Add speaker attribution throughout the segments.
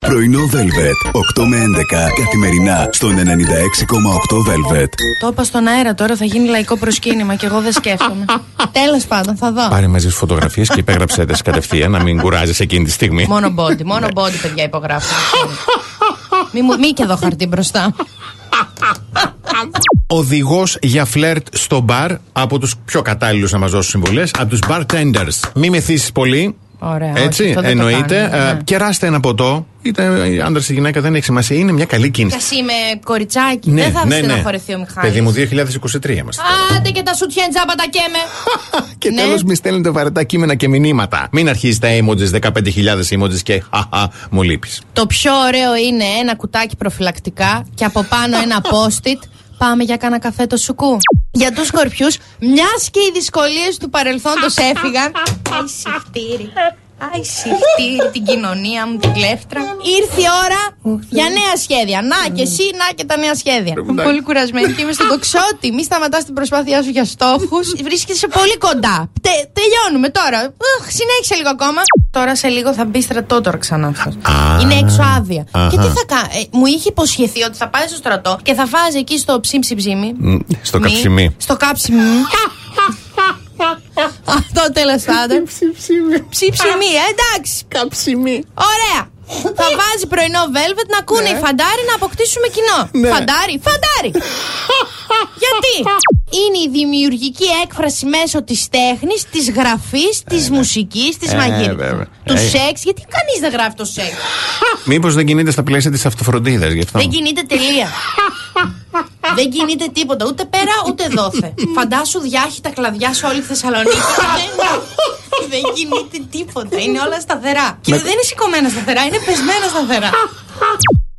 Speaker 1: Πρωινό Velvet. 8 με 11 καθημερινά στον 96,8 Velvet.
Speaker 2: Το είπα στον αέρα τώρα, θα γίνει λαϊκό προσκύνημα και εγώ δεν σκέφτομαι. Τέλος πάντων, θα δω.
Speaker 3: Πάρε μαζί σου φωτογραφίες και υπέγραψε τε κατευθείαν, να μην κουράζει εκείνη τη στιγμή.
Speaker 2: μόνο body, μόνο body, παιδιά, υπογράφω. μη, μου- μη και εδώ χαρτί μπροστά.
Speaker 3: Οδηγός για φλερτ στο μπαρ από τους πιο κατάλληλους να μας δώσουν συμβουλές, από τους bartenders. Μη μεθύσεις πολύ.
Speaker 2: Ωραία,
Speaker 3: Έτσι,
Speaker 2: όχι, αυτό δεν το
Speaker 3: εννοείται.
Speaker 2: κάνουμε,
Speaker 3: Ε,
Speaker 2: ναι.
Speaker 3: Κεράστε ένα ποτό. Είτε άντρα ή γυναίκα, δεν έχει σημασία. Είναι μια καλή κίνηση.
Speaker 2: Εσύ με κοριτσάκι, δεν θα στεναχωρηθεί ο Μιχάλης.
Speaker 3: Ναι, Παιδί μου, 2023 είμαστε.
Speaker 2: Άντε και τα σουτιέν τζάμπα τα καίμε.
Speaker 3: και
Speaker 2: Ναι.
Speaker 3: τέλος τέλο, μη στέλνετε βαρετά κείμενα και μηνύματα. Μην αρχίζει τα emojis, 15.000 emojis και χαχα, μου λείπεις.
Speaker 2: Το πιο ωραίο είναι ένα κουτάκι προφυλακτικά και από πάνω ένα post-it. Πάμε για κάνα καφέ το σουκού. Για τους σκορπιούς, μιας και οι δυσκολίες του παρελθόντος έφυγαν. Αϊ συχτήρι. Αϊ συχτήρι, την κοινωνία μου, την κλέφτρα. Ήρθε η ώρα για νέα σχέδια. Να και εσύ, να και τα νέα σχέδια. Είμαι πολύ κουρασμένη και είμαι στον τοξότη. Μη σταματάς την προσπάθειά σου για στόχους. Βρίσκεσαι πολύ κοντά. Τε, τελειώνουμε τώρα. Αχ, συνέχισε λίγο ακόμα. Τώρα σε λίγο θα μπει στρατότορα ξανά αυτός. Είναι έξω άδεια. Και τι θα κάνει. μου είχε υποσχεθεί ότι θα πάει στο στρατό και θα βάζει εκεί στο ψιμψιμψίμι.
Speaker 3: Στο
Speaker 2: Μη.
Speaker 3: καψιμί.
Speaker 2: Στο κάψιμι. Αυτό τέλο πάντων. Ψιψιμή, ε, εντάξει.
Speaker 3: Καψιμί.
Speaker 2: Ωραία. θα βάζει πρωινό velvet να ακούνε οι φαντάροι να αποκτήσουμε κοινό.
Speaker 3: Ναι.
Speaker 2: Φαντάρι, φαντάρι. Γιατί είναι η δημιουργική έκφραση μέσω της τέχνης, της γραφής, της μουσικής, της
Speaker 3: Ε,
Speaker 2: μαγειρικής
Speaker 3: βέβαια.
Speaker 2: Του
Speaker 3: Ε.
Speaker 2: σεξ, γιατί κανείς δεν γράφει το σεξ.
Speaker 3: Μήπως δεν κινείται στα πλαίσια της αυτοφροντίδας γι' αυτό.
Speaker 2: Δεν κινείται τελεία. δεν κινείται τίποτα, ούτε πέρα ούτε δόθε. Φαντάσου διάχυτα κλαδιά σε όλη τη Θεσσαλονίκη. δεν, δεν κινείται τίποτα. Είναι όλα σταθερά. Και δεν είναι σηκωμένα σταθερά, είναι πεσμένα σταθερά.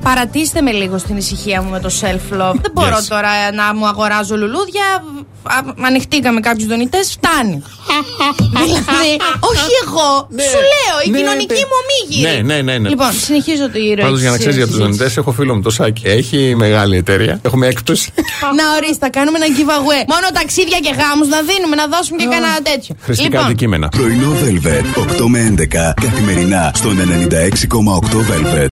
Speaker 2: Παρατήστε με λίγο στην ησυχία μου με το self-love. Δεν μπορώ
Speaker 3: Yes.
Speaker 2: τώρα ε, να μου αγοράζω λουλούδια. Α, Ανοιχτήκα με κάποιους δονητές, φτάνει. δηλαδή, όχι εγώ, σου λέω, η
Speaker 3: Ναι,
Speaker 2: κοινωνική
Speaker 3: ναι.
Speaker 2: μου ομίγυρη.
Speaker 3: Ναι, ναι, ναι, ναι.
Speaker 2: Λοιπόν, συνεχίζω το ήρωα.
Speaker 3: Πάντως για να
Speaker 2: της
Speaker 3: ξέρεις για τους
Speaker 2: συζήτησης.
Speaker 3: δονητές, έχω φίλο μου το Σάκη. Έχει μεγάλη εταιρεία. Έχουμε έκπτωση.
Speaker 2: Να ορίστε, θα κάνουμε ένα giveaway. Μόνο ταξίδια και γάμους να δίνουμε, να δώσουμε και κανένα τέτοιο. Λοιπόν,
Speaker 3: Χρηστικά αντικείμενα.
Speaker 1: Πρωινό Velvet. 8 με 11 καθημερινά στον 96,8 Velvet.